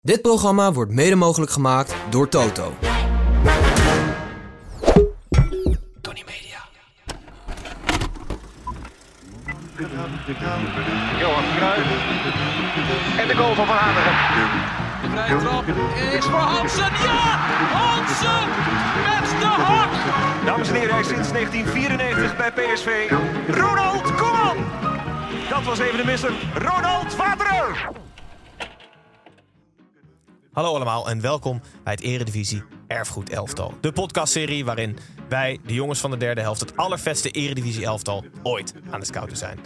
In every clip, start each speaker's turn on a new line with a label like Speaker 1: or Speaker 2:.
Speaker 1: Dit programma wordt mede mogelijk gemaakt door Toto. Tony Media.
Speaker 2: Johan Cruijff. En de goal van Van Hanegem.
Speaker 3: De vrije trap is voor Hansen. Ja! Hansen met de hak!
Speaker 2: Dames en heren, hij is sinds 1994 bij PSV. Ronald Koeman! Dat was even de misser. Ronald Vaderer!
Speaker 4: Hallo allemaal en welkom bij het Eredivisie Erfgoed Elftal. De podcastserie waarin wij, de jongens van de derde helft, het allervetste Eredivisie Elftal ooit aan het scouten zijn.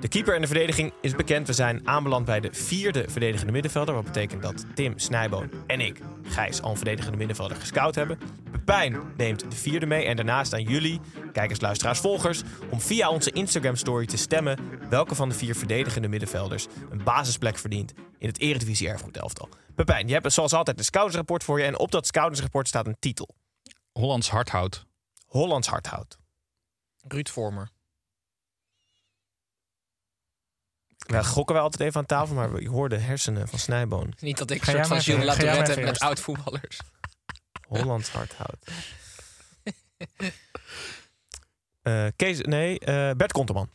Speaker 4: De keeper en de verdediging is bekend. We zijn aanbeland bij de vierde verdedigende middenvelder. Wat betekent dat Tim Snijboon en ik, Gijs, al een verdedigende middenvelder gescout hebben. Pepijn neemt de vierde mee. En daarnaast aan jullie, kijkers, luisteraars, volgers, om via onze Instagram-story te stemmen welke van de vier verdedigende middenvelders een basisplek verdient in het Eredivisie Erfgoed Elftal. Pepijn, je hebt zoals altijd een scoutingsrapport voor je. En op dat scoutingsrapport staat een titel:
Speaker 5: Hollands hardhout.
Speaker 4: Hollands Hardhout.
Speaker 6: Ruud Vormer.
Speaker 4: Wij gokken wel altijd even aan tafel, maar ik hoor de hersenen van Snijboon.
Speaker 6: Niet dat ik
Speaker 7: jij
Speaker 6: soort van
Speaker 7: maar
Speaker 6: Jules
Speaker 7: even- ga jij
Speaker 6: Latourette
Speaker 7: maar
Speaker 6: heb
Speaker 7: even
Speaker 6: met oud-voetballers.
Speaker 4: Hollands Hardhout. Eh Kees, nee, eh, Bert Konteman.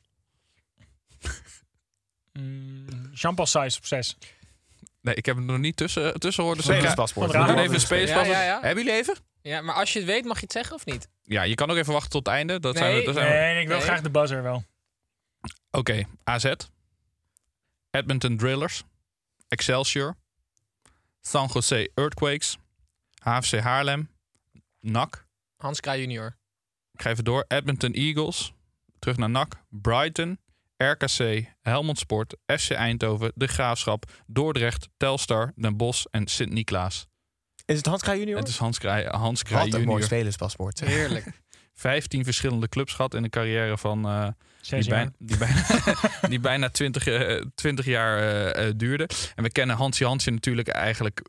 Speaker 7: Mm, Jean-Paul Sijs op 6.
Speaker 5: Nee, ik heb hem nog niet tussen, tussen horen. Dus ik ga-
Speaker 4: Spelerspaspoort.
Speaker 5: we doen
Speaker 7: Ja,
Speaker 5: even een spelerspaspoort.
Speaker 6: ja, ja.
Speaker 5: Hebben jullie even?
Speaker 6: Ja, maar als je het weet, mag je het zeggen of niet?
Speaker 5: Ja, je kan ook even wachten tot het einde. Dat zijn we,
Speaker 6: Nee,
Speaker 5: dat zijn we-
Speaker 7: Nee, ik wil
Speaker 6: Nee.
Speaker 7: graag de buzzer wel.
Speaker 5: Oké, AZ. Edmonton Drillers. Excelsior. San Jose Earthquakes. HFC Haarlem. NAC.
Speaker 6: Hans Kraaij junior.
Speaker 5: Ik ga even door. Edmonton Eagles. Terug naar NAC. Brighton. RKC. Helmond Sport. FC Eindhoven. De Graafschap. Dordrecht. Telstar. Den Bosch en Sint-Niklaas.
Speaker 4: Is het Hans Kraaij junior?
Speaker 5: Het is Hans Kraaij, Hans Kraaij
Speaker 4: Wat een mooi
Speaker 5: junior.
Speaker 4: spelerspaspoort. zeg.
Speaker 6: Heerlijk.
Speaker 5: 15 verschillende clubs gehad in de carrière van eh, die,
Speaker 7: Zes jaar.
Speaker 5: bijna, die, bijna, die bijna 20, eh, 20 jaar eh, eh, duurde. En we kennen Hansi Hansen natuurlijk eigenlijk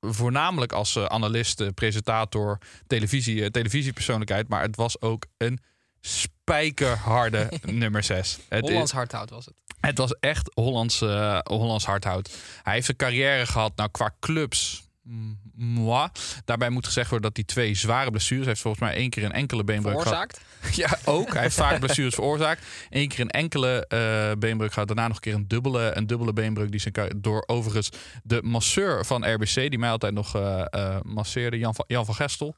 Speaker 5: voornamelijk als eh, analist, eh, presentator, televisie, eh, televisiepersoonlijkheid. Maar het was ook een spijkerharde nummer 6. Het, is,
Speaker 6: Hollands hardhout was het.
Speaker 5: het was echt Hollands, eh, Hollands hardhout. Hij heeft een carrière gehad, nou qua clubs. mm, Moi. Daarbij moet gezegd worden dat hij twee zware blessures hij heeft. Volgens mij één keer een enkele beenbreuk gehad.
Speaker 6: Veroorzaakt.
Speaker 5: Ja, ook. Hij heeft vaak blessures veroorzaakt. Eén keer een enkele eh, beenbreuk gehad. Daarna nog een keer een dubbele, een dubbele beenbreuk. Die zijn ka- door overigens de masseur van RBC, die mij altijd nog eh, eh, masseerde, Jan van, Jan van Gestel.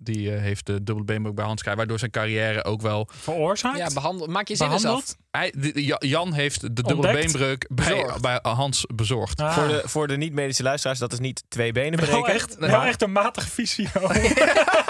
Speaker 5: Die eh, heeft de dubbele beenbreuk bij Hans Kraaij, waardoor zijn carrière ook wel...
Speaker 7: Veroorzaakt?
Speaker 6: Ja, behandel, maak je zin eens af.
Speaker 7: Behandeld?
Speaker 5: Hij, de- de- Ja- Jan heeft de dubbele
Speaker 7: Ontdekt.
Speaker 5: beenbreuk bij,
Speaker 6: Bezorgd.
Speaker 5: bij Hans bezorgd.
Speaker 7: Ah.
Speaker 4: Voor de, voor de niet-medische luisteraars, dat is niet twee benen breken.
Speaker 7: Wel echt, wel
Speaker 4: maar
Speaker 7: echt een matige visie.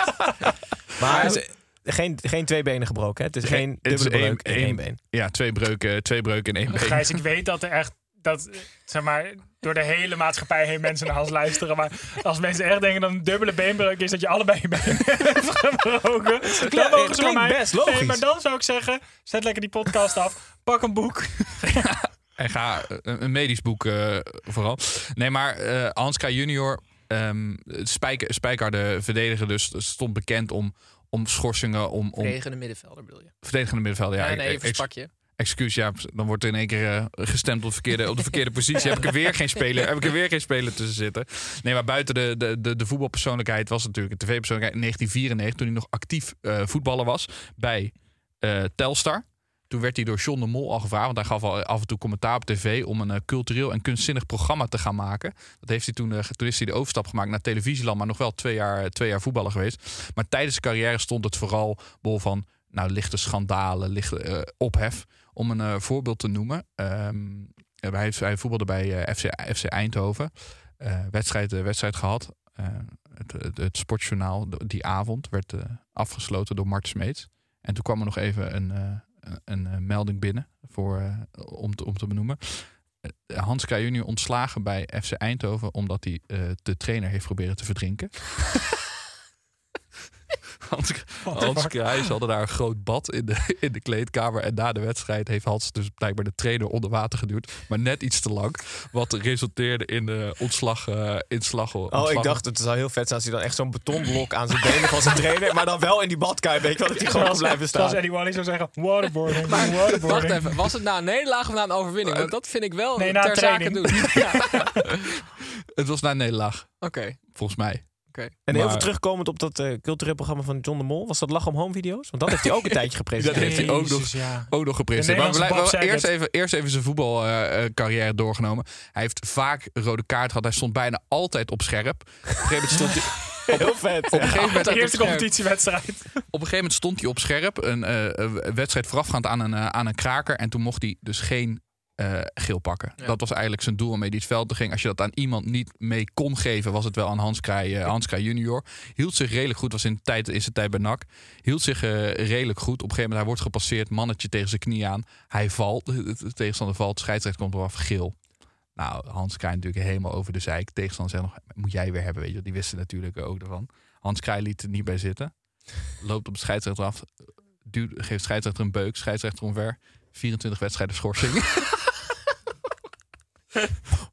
Speaker 4: maar ze- geen, geen twee benen gebroken. Hè? Het is één
Speaker 5: het is
Speaker 4: dubbele
Speaker 5: één-
Speaker 4: breuk en één
Speaker 5: één-
Speaker 4: been.
Speaker 5: Ja, twee breuken, twee breuken in één been.
Speaker 7: Gijs, ik weet dat er echt... Dat, eh, zeg maar, door de hele maatschappij heen mensen naar Hans luisteren. Maar als mensen echt denken dat een dubbele beenbreuk is... dat je allebei je benen hebt gebroken.
Speaker 4: het
Speaker 7: dan mogen ze van
Speaker 4: klinkt
Speaker 7: mij...
Speaker 4: best logisch.
Speaker 7: Nee, maar dan zou ik zeggen, zet lekker die podcast af. Pak een boek.
Speaker 5: En ga eh, een medisch boek eh, vooral. Nee, maar eh Hanska junior, ehm spijker, spijkerharde verdediger, dus stond bekend om, om schorsingen, om, om
Speaker 6: Tegen de middenvelder bedoel je.
Speaker 5: verdedigende middenvelden. Ja,
Speaker 6: nee, nee,
Speaker 5: ex-
Speaker 6: even versprak je.
Speaker 5: excuus, ja, dan wordt er in één keer eh, gestemd op de verkeerde, op de verkeerde positie. Heb ik er weer geen speler, heb ik er weer geen speler tussen zitten. Nee, maar buiten de, de, de, de voetbalpersoonlijkheid was het natuurlijk een tv-persoonlijkheid in 1994, toen hij nog actief eh, voetballer was bij eh, Telstar. Toen werd hij door John de Mol al gevraagd, want hij gaf al af en toe commentaar op tv om een eh, cultureel en kunstzinnig programma te gaan maken. Dat heeft hij toen, eh, toen is hij de overstap gemaakt naar televisieland, maar nog wel twee jaar, eh, twee jaar voetballer geweest. Maar tijdens zijn carrière stond het vooral bol van nou, lichte schandalen, lichte eh, ophef. Om een eh, voorbeeld te noemen. ehm, hij, heeft- hij voetbalde bij eh, FC, FC Eindhoven. Eh, wedstrijd, eh, wedstrijd gehad. Eh, het, het, het sportjournaal do- die avond werd eh, afgesloten door Mart Smeets. En toen eh, kwam er nog even een, eh, een, een melding binnen voor, eh, om, te, om te benoemen. eh, Hans K. junior ontslagen bij FC Eindhoven omdat hij eh, de trainer heeft proberen te verdrinken. Hans, Hans Kruijs hadden daar een groot bad in de, in de kleedkamer. En na de wedstrijd heeft Hans dus blijkbaar de trainer onder water geduwd. Maar net iets te lang. Wat resulteerde in eh ontslag. eh inslag,
Speaker 4: Oh, ik dacht, het zou heel vet zijn als hij dan echt zo'n betonblok aan zijn benen van zijn trainer, maar dan wel in die badkuip, weet je wel, dat hij gewoon kan blijven
Speaker 7: Zoals
Speaker 4: staan.
Speaker 7: Eddie Wally zou zeggen, waterboarding, waterboarding.
Speaker 6: Wacht even, was het na een nederlaag of na een overwinning? Want dat vind ik wel
Speaker 7: Nee, na
Speaker 6: ter zake
Speaker 7: training.
Speaker 6: doen. Ja. Oké,
Speaker 5: Het was na een nederlaag, volgens mij.
Speaker 6: oké.
Speaker 4: En heel
Speaker 5: Maar-
Speaker 4: veel terugkomend op dat eh cultureel programma van John de Mol, was dat Lach om Home video's? Want dat heeft hij ook een tijdje
Speaker 5: Dat heeft
Speaker 4: gepresenteerd.
Speaker 5: hij ook nog,
Speaker 7: Jezus, ja.
Speaker 5: ook nog gepresenteerd.
Speaker 7: De
Speaker 5: Maar we
Speaker 7: Nederlandse
Speaker 5: blijven
Speaker 7: Bob
Speaker 5: wel eerst
Speaker 7: Saget.
Speaker 5: even, eerst even zijn voetbalcarrière doorgenomen. Hij heeft vaak een rode kaart gehad. Hij stond bijna altijd op scherp. Op een gegeven moment stond hij,
Speaker 4: Heel vet.
Speaker 5: op een gegeven moment,
Speaker 7: De eerste competitiewedstrijd.
Speaker 5: op een gegeven moment stond hij op scherp. Een eh, eh, wedstrijd voorafgaand aan een, eh, aan een kraker. En toen mocht hij dus geen eh, geel pakken. Dat was eigenlijk zijn doel waarmee hij het veld ging. Als je dat aan iemand niet mee kon geven, was het wel aan Hans Krij, eh, Hans Krij junior. Hield zich redelijk goed. Was in, de tijd, in zijn tijd bij NAC. Hield zich eh, redelijk goed. Op een gegeven moment, hij wordt gepasseerd. Mannetje tegen zijn knie aan. Hij valt. De de tegenstander valt. Scheidsrechter komt eraf. Geel. Nou, Hans Krij natuurlijk helemaal over de zeik. Tegenstander zegt nog, moet jij weer hebben. Weet je. wel. Die wisten natuurlijk ook ervan. Hans Krij liet het niet bij zitten loopt op de scheidsrechter af, duwt, geeft scheidsrechter een beuk, scheidsrechter omver. 24 wedstrijden schorsing.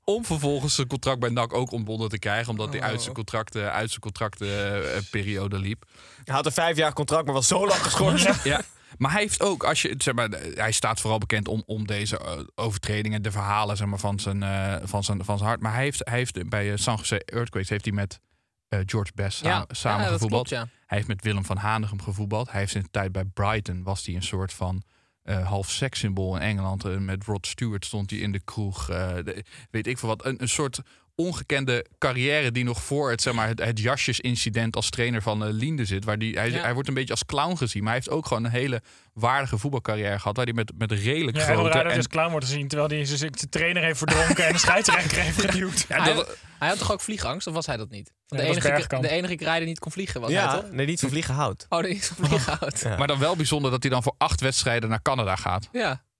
Speaker 5: Om vervolgens zijn contract bij NAC ook ontbonden te krijgen, omdat hij uit zijn contract, eh, uit zijn contractperiode liep.
Speaker 4: Hij had een vijf jaar contract, maar was zo lang geschorst.
Speaker 5: Ja. Maar hij heeft ook, als je, zeg maar, hij staat vooral bekend om, om deze eh, overtredingen, de verhalen zeg maar, van, zijn, eh, van, zijn, van zijn hart. Maar hij heeft, hij heeft bij eh, San Jose Earthquakes heeft hij met eh, George Best sa-
Speaker 6: Ja,
Speaker 5: samen
Speaker 6: ja, dat
Speaker 5: gevoetbald.
Speaker 6: klopt, ja.
Speaker 5: Hij heeft met Willem van Hanegem gevoetbald. Hij heeft in de tijd bij Brighton was hij een soort van eh half sekssymbool in Engeland. Eh, met Rod Stewart stond hij in de kroeg. eh, de- weet ik veel wat. Een, een soort ongekende carrière die nog voor het, zeg maar, het, het jasjesincident als trainer van eh, Liende zit. Waar die, hij,
Speaker 6: Ja.
Speaker 5: hij wordt een beetje als clown gezien. Maar hij heeft ook gewoon een hele waardige voetbalcarrière gehad. Waar hij met, met redelijk
Speaker 7: Ja, heel
Speaker 5: grote...
Speaker 7: raar dat
Speaker 5: en-
Speaker 7: hij als clown wordt gezien, terwijl hij zijn zijn trainer heeft verdronken en de scheidsrechter heeft geduwd.
Speaker 6: Hij, hij had toch ook vliegangst, of was hij dat niet? Want
Speaker 7: dat
Speaker 6: de,
Speaker 7: was
Speaker 6: enige,
Speaker 7: Bergkamp.
Speaker 6: de enige keer die niet kon vliegen was hij
Speaker 4: Ja,
Speaker 6: toch?
Speaker 4: nee, niet van vliegen hout.
Speaker 6: Oh, die is van vliegen houdt. Ja.
Speaker 5: Maar dan wel bijzonder dat hij dan voor acht wedstrijden naar Canada gaat.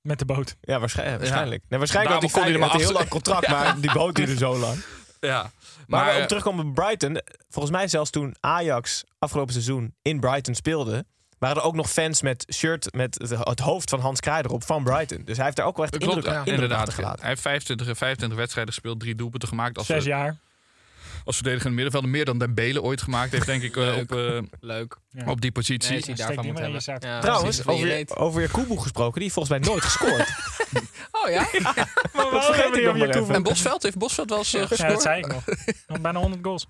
Speaker 7: Met de boot.
Speaker 4: Ja, waarschijnlijk. waarschijnlijk. Nee, waarschijnlijk
Speaker 5: Daarom
Speaker 4: had
Speaker 5: kon hij
Speaker 4: hij,
Speaker 5: er maar
Speaker 4: had hij heel lang
Speaker 5: achter-
Speaker 4: contract, maar die boot duurde zo lang.
Speaker 5: Ja. Maar,
Speaker 4: Maar,
Speaker 5: eh,
Speaker 4: om terug te komen op Brighton. Volgens mij zelfs toen Ajax afgelopen seizoen in Brighton speelde... waren er ook nog fans met shirt met het- het hoofd van Hans Kraai erop van Brighton. Dus hij heeft daar ook wel echt
Speaker 5: Klopt,
Speaker 4: indruk, ja,
Speaker 5: inderdaad.
Speaker 4: gelaten.
Speaker 5: Hij heeft 25, 25 wedstrijden gespeeld, drie doelpunten gemaakt. Als, eh,
Speaker 7: Zes
Speaker 5: we-
Speaker 7: jaar.
Speaker 5: als verdedigende middenvelder meer dan Dembele ooit gemaakt heeft, denk ik, eh, op, eh,
Speaker 6: leuk.
Speaker 5: op die positie.
Speaker 6: Nee, die daarvan
Speaker 7: die
Speaker 6: moet
Speaker 7: maar in
Speaker 6: hebben.
Speaker 7: je zak.
Speaker 6: Ja,
Speaker 4: Trouwens,
Speaker 6: precies, voor je
Speaker 4: over, je,
Speaker 6: reet.
Speaker 4: over Jakubu gesproken. Die heeft volgens mij nooit gescoord.
Speaker 6: Oh ja?
Speaker 7: Maar
Speaker 4: waarom hebben die op je toe-
Speaker 5: en Bosveld, heeft Bosveld wel eens eh,
Speaker 7: Ja,
Speaker 5: gescoord?
Speaker 7: dat zei ik nog. Nog Bijna 100 goals.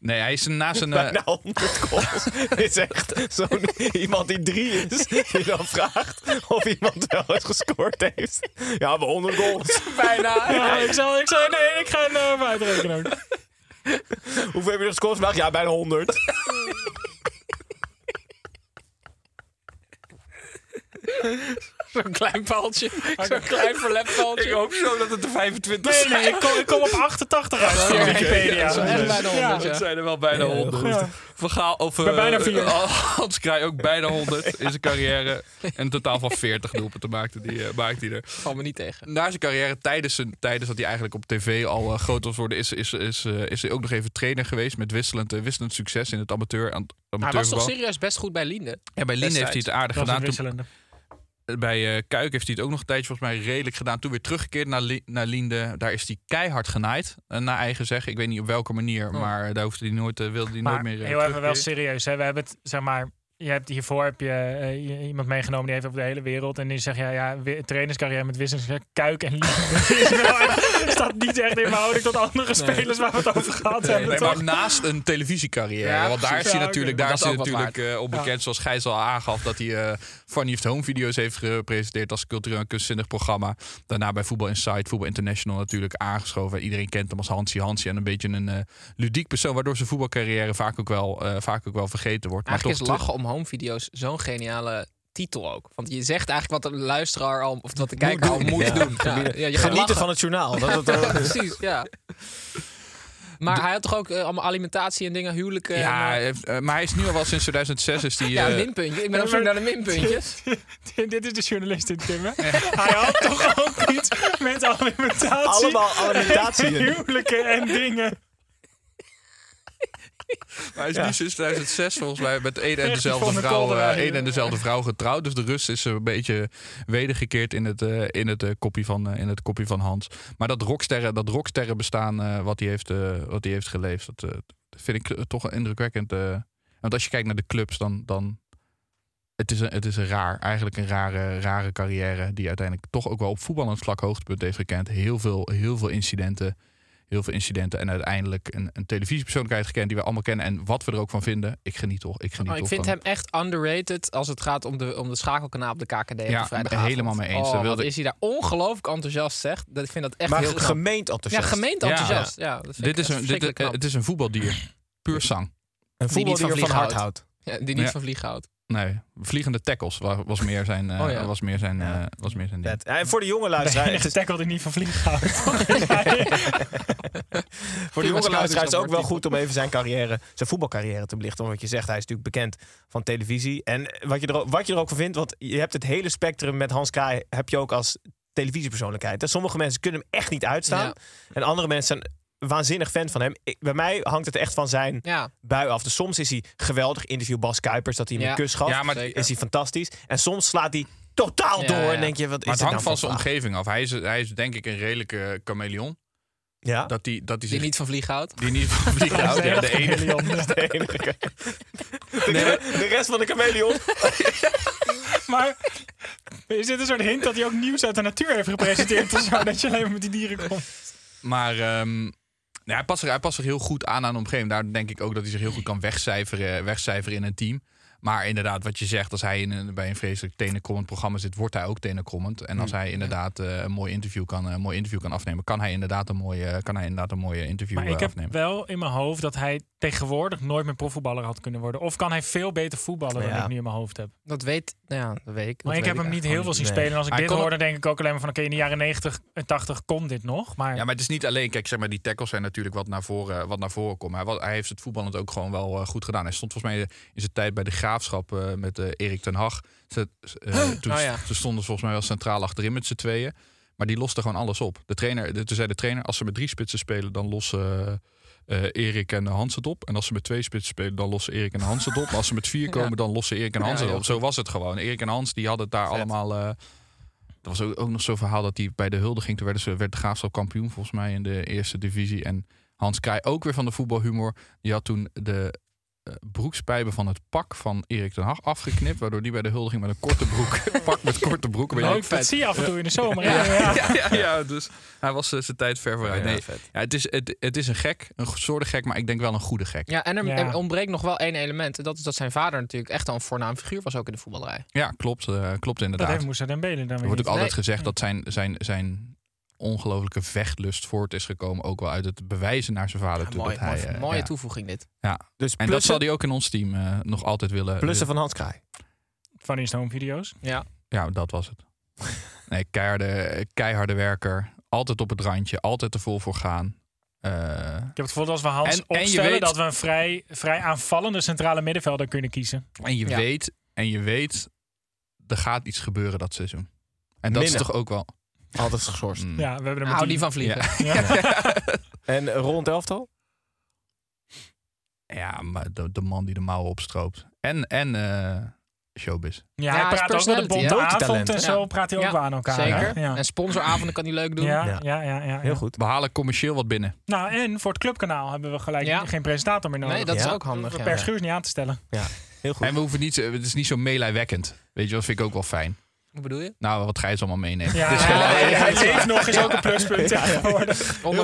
Speaker 5: nee, hij is na zijn... eh,
Speaker 4: Bijna 100 goals. Dit is echt zo'n iemand die drie is. Die dan vraagt of iemand wel eens gescoord heeft. Ja, maar 100 goals.
Speaker 6: Bijna.
Speaker 7: Ja, ik zal, ik zal, nee, ik ga hem uh, uitrekenen ook.
Speaker 4: Hoeveel heb je er gescoord vandaag? Ja, bijna 100.
Speaker 6: Zo'n klein paaltje. Zo'n klein verlept paaltje.
Speaker 5: ik hoop zo dat het de 25
Speaker 7: Nee, nee, ik kom, ik kom op 88 uit.
Speaker 6: ja,
Speaker 7: via Wikipedia.
Speaker 6: dat is echt bijna
Speaker 7: Ja.
Speaker 6: 100, ja.
Speaker 5: Het zijn er wel bijna 100.
Speaker 7: Ja.
Speaker 5: Van Gaal, of, eh,
Speaker 7: ben bijna vier.
Speaker 5: Hans Krij ook bijna 100 in zijn carrière. En een totaal van 40 doelpunten maakte die, eh, maakte die er.
Speaker 6: Val me niet tegen.
Speaker 5: na zijn carrière, tijdens, zijn, tijdens dat hij eigenlijk op tv al eh, groot was worden, is, is, is, eh, is hij ook nog even trainer geweest met wisselend, eh, wisselend succes in het amateur. Aan,
Speaker 6: Hij was toch
Speaker 5: amateurvoetbal.
Speaker 6: serieus best goed bij Linde?
Speaker 5: Ja, bij Lien heeft hij
Speaker 6: destijds?
Speaker 5: het aardig
Speaker 7: Dat is
Speaker 5: gedaan.
Speaker 7: een
Speaker 5: Toen,
Speaker 7: wisselende.
Speaker 5: bij eh Kuik heeft hij het ook nog een tijdje volgens mij redelijk gedaan. Toen weer teruggekeerd naar, Li- naar Liende. Daar is hij keihard genaaid, eh, naar eigen zeggen. Ik weet niet op welke manier, maar daar hoefde hij nooit, eh, wilde hij nooit
Speaker 7: Oh. Maar
Speaker 5: meer eh,
Speaker 7: heel even wel
Speaker 5: terugkeren.
Speaker 7: serieus. Hè. We hebben het, zeg maar... Je hebt hiervoor heb je, eh, i- iemand meegenomen die heeft op de hele wereld. En die zegt, ja, ja wi- trainerscarrière met wisselend kuik en liefde. is wel echt- staat niet echt in verhouding tot andere spelers waar we het over gehad hebben.
Speaker 5: Nee,
Speaker 7: toch?
Speaker 5: maar naast een televisiecarrière.
Speaker 6: Ja,
Speaker 5: want daar
Speaker 6: precies.
Speaker 5: is hij
Speaker 7: Ja,
Speaker 5: natuurlijk,
Speaker 6: oké.
Speaker 5: daar
Speaker 6: Dat
Speaker 5: is
Speaker 6: is
Speaker 5: hij
Speaker 6: ook wat
Speaker 5: natuurlijk eh, onbekend. Zoals Gijs al aangaf, dat hij eh, Funny Heeft Home video's heeft gepresenteerd als cultureel en kunstzinnig programma. Daarna bij Voetbal Insight, Voetbal International natuurlijk aangeschoven. Iedereen kent hem als Hansie Hansie en een beetje een eh, ludiek persoon. Waardoor zijn voetbalcarrière vaak ook wel, eh, vaak ook wel vergeten wordt.
Speaker 6: Eigenlijk is
Speaker 5: toch-
Speaker 6: lachen om home video's zo'n geniale titel ook. Want je zegt eigenlijk wat de luisteraar al, of wat de kijker al moet doen. Ja, ja, je gaat
Speaker 4: Genieten
Speaker 6: lachen.
Speaker 4: van het journaal. Dat is het, eh,
Speaker 6: Precies, ja. Maar hij had toch ook eh, allemaal alimentatie en dingen, huwelijken. en,
Speaker 5: ja,
Speaker 6: eh,
Speaker 5: hij heeft- eh, maar hij is nu al wel sinds 2006 is die.
Speaker 6: ja,
Speaker 5: eh,
Speaker 6: minpuntje. Ik ben op zoek naar de minpuntjes.
Speaker 7: Dit is de journalist in Tim, hè? Hij had toch ook iets met alimentatie,
Speaker 4: Allemaal alimentatie.
Speaker 7: huwelijken en dingen.
Speaker 5: hij is nu sinds 2006 volgens mij met één en
Speaker 7: Echt,
Speaker 5: dezelfde
Speaker 7: van de
Speaker 5: vrouw,
Speaker 7: kolderij,
Speaker 5: eh, één en
Speaker 7: joh.
Speaker 5: dezelfde vrouw getrouwd. Dus de rust is een beetje wedergekeerd in het, eh, in het, eh, kopie, van, eh, in het kopie van Hans. Maar dat rocksterren, dat rocksterren bestaan eh, wat hij heeft, eh, wat hij heeft geleefd, dat eh, vind ik eh, toch indrukwekkend. eh. want als je kijkt naar de clubs, dan. dan het is, een, het is een raar, eigenlijk een rare, rare carrière die uiteindelijk toch ook wel op voetballend vlak hoogtepunt heeft gekend. Heel veel, heel veel incidenten heel veel incidenten. En uiteindelijk een, een televisiepersoonlijkheid gekend die we allemaal kennen. En wat we er ook van vinden, ik geniet toch. Ik, geniet
Speaker 6: Maar Oh, ik
Speaker 5: toch
Speaker 6: vind
Speaker 5: van.
Speaker 6: hem echt underrated als het gaat om de, om de schakelkanaal op de KKD
Speaker 5: Ja,
Speaker 6: op de vrijdagavond.
Speaker 5: helemaal mee eens.
Speaker 6: Oh,
Speaker 5: Dat
Speaker 6: wat
Speaker 5: wilde ik-
Speaker 6: is hij daar ongelooflijk enthusciast, zeg. Dat, ik vind dat echt
Speaker 4: Maar
Speaker 6: heel knap.
Speaker 4: gemeend
Speaker 6: ja,
Speaker 4: enthousiast.
Speaker 6: gemeend
Speaker 5: Ja,
Speaker 6: enthousiast. Ja, dat vind
Speaker 5: Dit
Speaker 6: ik
Speaker 5: is
Speaker 6: echt
Speaker 5: een, dit,
Speaker 6: verschrikkelijk knap.
Speaker 5: het is een voetbaldier. Puur sang.
Speaker 4: Een
Speaker 6: Die niet van
Speaker 4: voetballer die van
Speaker 6: vliegen
Speaker 4: hart
Speaker 6: houdt.
Speaker 4: houdt.
Speaker 6: Ja, die niet
Speaker 5: Ja.
Speaker 6: van vliegen houdt.
Speaker 5: Nee, vliegende tackles wa- was meer zijn, eh,
Speaker 6: Oh ja.
Speaker 5: was meer zijn, eh, was meer zijn ding.
Speaker 4: Vet. En voor de jonge luisteraar,
Speaker 7: Nee, de tackle die niet van vliegen houdt.
Speaker 4: voor de jonge
Speaker 6: Prima
Speaker 4: luisteraar is
Speaker 6: scout
Speaker 4: het
Speaker 6: is
Speaker 4: ook wel
Speaker 6: een
Speaker 4: goed om even zijn carrière, zijn voetbalcarrière te belichten. Want wat je zegt, hij is natuurlijk bekend van televisie. En wat je er, ook- wat je er ook van vindt, want je hebt het hele spectrum met Hans Kraai, heb je ook als televisiepersoonlijkheid. En sommige mensen kunnen hem echt niet uitstaan.
Speaker 6: Ja.
Speaker 4: En andere mensen zijn waanzinnig fan van hem. Ik- bij mij hangt het echt van zijn
Speaker 6: Ja,
Speaker 4: bui af. Dus soms is hij geweldig. Interview Bas Kuipers, dat hij hem
Speaker 6: Ja.
Speaker 4: een kus gaf.
Speaker 5: Ja, maar- eh,
Speaker 4: Zeker. is hij fantastisch. En soms slaat hij totaal
Speaker 6: Ja,
Speaker 4: door.
Speaker 6: ja.
Speaker 4: En denk je, wat
Speaker 5: Maar
Speaker 4: is
Speaker 5: het hangt
Speaker 4: dit
Speaker 5: van
Speaker 4: nou
Speaker 5: zijn
Speaker 4: voor vraag?
Speaker 5: omgeving af. Hij is, hij is denk ik een redelijke chameleon.
Speaker 4: Ja.
Speaker 5: Dat die, dat die,
Speaker 6: die
Speaker 5: zich-
Speaker 6: niet van vliegen houdt.
Speaker 5: die niet van vliegen houdt. Ja, de enige.
Speaker 4: De enige. De, de rest van de chameleon. Dus
Speaker 7: Maar is dit een soort hint dat hij ook nieuws uit de natuur heeft gepresenteerd? of zo, dat je alleen maar met die dieren komt.
Speaker 5: Maar ehm, nou, hij, past zich, hij past zich heel goed aan aan de omgeving. Daar denk ik ook dat hij zich heel goed kan wegcijferen, wegcijferen in een team. Maar inderdaad, wat je zegt, als hij in een, bij een vreselijk tenenkommend programma zit, wordt hij ook tenenkommend. En
Speaker 7: Mm.
Speaker 5: als hij inderdaad eh, een mooi interview kan, een mooi interview kan afnemen, kan hij inderdaad een mooie, kan hij inderdaad een mooie interview
Speaker 7: Maar
Speaker 5: eh,
Speaker 7: ik heb
Speaker 5: afnemen.
Speaker 7: wel in mijn hoofd dat hij tegenwoordig nooit meer profvoetballer had kunnen worden. Of kan hij veel beter voetballen
Speaker 4: Ja.
Speaker 7: dan ik nu in mijn hoofd heb.
Speaker 6: Dat weet, nou ja, dat weet ik. Dat
Speaker 7: Maar ik heb
Speaker 6: weet
Speaker 7: hem niet
Speaker 6: eigenlijk
Speaker 7: heel veel zien
Speaker 4: niet.
Speaker 7: spelen. En als ik
Speaker 5: Hij
Speaker 7: dit
Speaker 5: kon-
Speaker 7: hoor, dan denk ik ook alleen maar van... oké, in de jaren 90 en 80 kon dit nog. Maar,
Speaker 5: Ja, maar het is niet alleen, kijk, zeg maar, die tackles zijn natuurlijk wat naar voren, wat naar voren komen. Hij, wa- hij heeft het voetballend ook gewoon wel eh, goed gedaan. Hij stond volgens mij in zijn tijd bij de graafschap eh, met eh, Erik ten Hag. Ze, eh, toen,
Speaker 6: Oh ja.
Speaker 5: ze stonden ze volgens mij wel centraal achterin met z'n tweeën. Maar die loste gewoon alles op. De trainer, de, toen zei de trainer, als ze met drie spitsen spelen, dan lossen eh, eh, Erik en Hans het op. En als ze met twee spitsen spelen, dan lossen Erik en Hans het op. Maar als ze met vier komen, dan lossen Erik en
Speaker 6: Ja,
Speaker 5: Hans het
Speaker 6: heel
Speaker 5: op. Zo was het gewoon. Erik en Hans, die hadden het daar allemaal... eh, er was ook, ook nog zo'n verhaal dat hij bij de huldiging... toen werden ze, werd de Graafschap kampioen volgens mij in de eerste divisie. En Hans Krij, ook weer van de voetbalhumor... die had toen de eh, broekspijpen van het pak van Erik ten Hag afgeknipt... waardoor die bij de huldiging met een korte broek... pak met korte broek...
Speaker 7: Nou,
Speaker 5: ben je
Speaker 7: dat zie je af en toe in de zomer.
Speaker 5: ja,
Speaker 7: Ja.
Speaker 5: ja. ja, ja, dus hij was eh, zijn tijd ver vooruit.
Speaker 4: Ja,
Speaker 5: Nee,
Speaker 4: vet.
Speaker 5: ja, het, is, het, het is een gek, een soort gek, maar ik denk wel een goede gek.
Speaker 6: Ja, en er,
Speaker 7: Ja.
Speaker 6: er ontbreekt nog wel één element. En dat is dat zijn vader natuurlijk echt al een voornaam figuur was ook in de voetballerij.
Speaker 5: Ja, klopt, eh, klopt
Speaker 7: Dat
Speaker 5: inderdaad.
Speaker 7: heeft Moussa Dembele
Speaker 5: Er
Speaker 7: dan weer
Speaker 5: wordt ook
Speaker 7: niet.
Speaker 5: altijd
Speaker 6: Nee.
Speaker 5: gezegd dat zijn, zijn, zijn ongelofelijke vechtlust voort is gekomen. Ook wel uit het bewijzen naar zijn vader
Speaker 6: Ja,
Speaker 5: toe.
Speaker 6: mooi,
Speaker 5: dat hij,
Speaker 6: mooi-
Speaker 5: eh,
Speaker 6: mooie
Speaker 5: ja.
Speaker 6: toevoeging dit.
Speaker 5: Ja. En
Speaker 4: Dus
Speaker 5: dat zal
Speaker 4: plussen,
Speaker 5: hij ook in ons team eh, nog altijd willen.
Speaker 4: plussen van Hans Kraai.
Speaker 7: Van Insta Home Video's.
Speaker 6: Ja.
Speaker 5: Ja, dat was het. Nee, keiharde, keiharde werker. Altijd op het randje. Altijd er vol voor gaan. Eh,
Speaker 7: Ik heb het gevoel dat als we Hans
Speaker 5: En- en je
Speaker 7: opstellen...
Speaker 5: weet-
Speaker 7: dat we een vrij, vrij aanvallende centrale middenvelder kunnen kiezen.
Speaker 5: En je
Speaker 6: Ja.
Speaker 5: weet, en je weet, er gaat iets gebeuren dat seizoen. En dat
Speaker 4: Minder.
Speaker 5: is toch ook wel.
Speaker 4: Altijd geschorst.
Speaker 5: Mm.
Speaker 7: Ja, we hebben er met
Speaker 6: Hmm. Hou die van vliegen.
Speaker 5: Ja.
Speaker 7: Ja.
Speaker 4: En eh, rond elftal?
Speaker 5: Ja, maar de, de man die de mouwen opstroopt. En, en eh, showbiz.
Speaker 7: Ja,
Speaker 6: Ja,
Speaker 7: hij
Speaker 6: is
Speaker 7: praat ook met de
Speaker 6: personality,
Speaker 7: bonte
Speaker 4: hè?
Speaker 7: avond en
Speaker 4: Multitalent.
Speaker 7: eh, zo
Speaker 6: Ja.
Speaker 7: praat hij ook
Speaker 6: Ja,
Speaker 7: wel aan elkaar.
Speaker 6: Zeker.
Speaker 7: Ja,
Speaker 6: En sponsoravonden kan hij leuk doen.
Speaker 7: ja,
Speaker 4: Ja.
Speaker 7: ja, ja, ja, ja.
Speaker 4: Heel goed.
Speaker 5: We halen commercieel wat binnen.
Speaker 7: Nou, en voor het clubkanaal hebben we gelijk
Speaker 6: Ja.
Speaker 7: geen presentator meer nodig.
Speaker 6: Nee, dat
Speaker 4: Ja.
Speaker 6: is ook handig.
Speaker 7: Per
Speaker 6: ja.
Speaker 7: schuurs niet aan te stellen.
Speaker 4: Heel goed.
Speaker 5: En we hoeven niet, zo- het is niet zo meelijwekkend. Weet je, dat vind ik ook wel fijn.
Speaker 6: Wat bedoel je?
Speaker 5: Nou, wat Gijs allemaal meeneemt.
Speaker 7: Ja,
Speaker 5: Het
Speaker 4: Dus-
Speaker 5: is gewoon-
Speaker 7: hij- hij leeft nog eens ook een pluspunt ja, geworden.
Speaker 6: Ondanks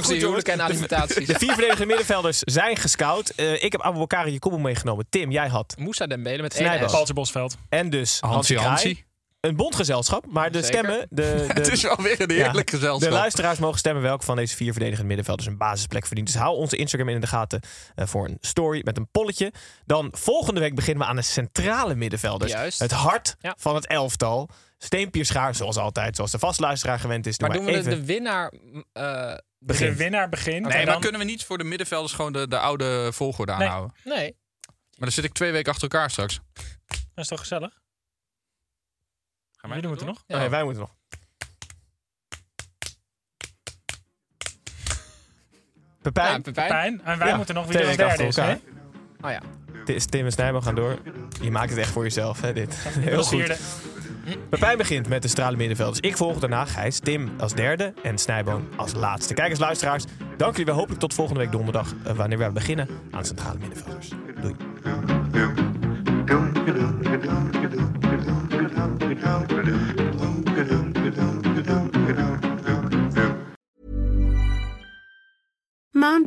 Speaker 4: goed,
Speaker 6: die huwelijken en
Speaker 4: jongens.
Speaker 6: alimentaties.
Speaker 4: De vier verdedigende middenvelders zijn gescout. Eh, ik heb Abu Bakari Jacobo meegenomen. Tim, jij had.
Speaker 6: Moussa Dembele met
Speaker 4: Snijboom.
Speaker 6: één S.
Speaker 7: Paltje Bosveld.
Speaker 4: En dus Hansi
Speaker 5: Hansie
Speaker 4: Kraai.
Speaker 5: Hansie.
Speaker 4: Een bondgezelschap, maar de
Speaker 6: Zeker.
Speaker 4: stemmen... De, de,
Speaker 5: Het is wel weer een
Speaker 4: Ja.
Speaker 5: heerlijk gezelschap.
Speaker 4: De luisteraars mogen stemmen welke van deze vier verdedigende middenvelders een basisplek verdient. Dus hou onze Instagram in de gaten eh, voor een story met een polletje. Dan volgende week beginnen we aan de centrale middenvelders.
Speaker 6: Juist.
Speaker 4: Het hart
Speaker 6: Ja.
Speaker 4: van het elftal. Steempierschaar, zoals altijd, zoals de vastluisteraar gewend is. Doe
Speaker 6: Maar
Speaker 4: maar,
Speaker 6: doen we de,
Speaker 4: even.
Speaker 6: de winnaar eh,
Speaker 7: Dus
Speaker 4: Begint.
Speaker 7: de winnaar begint.
Speaker 5: Nee,
Speaker 7: en
Speaker 5: maar
Speaker 7: dan-
Speaker 5: kunnen we niet voor de middenvelders gewoon de, de oude volgorde aanhouden?
Speaker 6: Nee.
Speaker 5: Maar dan zit ik twee weken achter elkaar straks.
Speaker 7: Dat is toch gezellig?
Speaker 5: Gaan
Speaker 7: Jullie moeten nog.
Speaker 4: Nee, wij moeten nog. Pepijn,
Speaker 6: Ja, Pepijn.
Speaker 7: Pijn. En wij
Speaker 4: Ja,
Speaker 7: moeten nog
Speaker 4: twee
Speaker 7: wie de
Speaker 4: weken
Speaker 7: derde is.
Speaker 4: achter
Speaker 7: hè?
Speaker 4: elkaar.
Speaker 6: Oh ja.
Speaker 4: Dit is Tim en Snijman gaan door. Je maakt het echt voor jezelf, hè, dit. Heel
Speaker 7: Als
Speaker 4: goed.
Speaker 7: vierde.
Speaker 4: Pepijn begint met de stralen middenvelders. Ik volg daarna Gijs, Tim als derde en Snijboom als laatste. Kijkers, luisteraars, dank jullie wel. Hopelijk tot volgende week donderdag, eh, wanneer we beginnen aan centrale middenvelders. Doei.
Speaker 8: Mom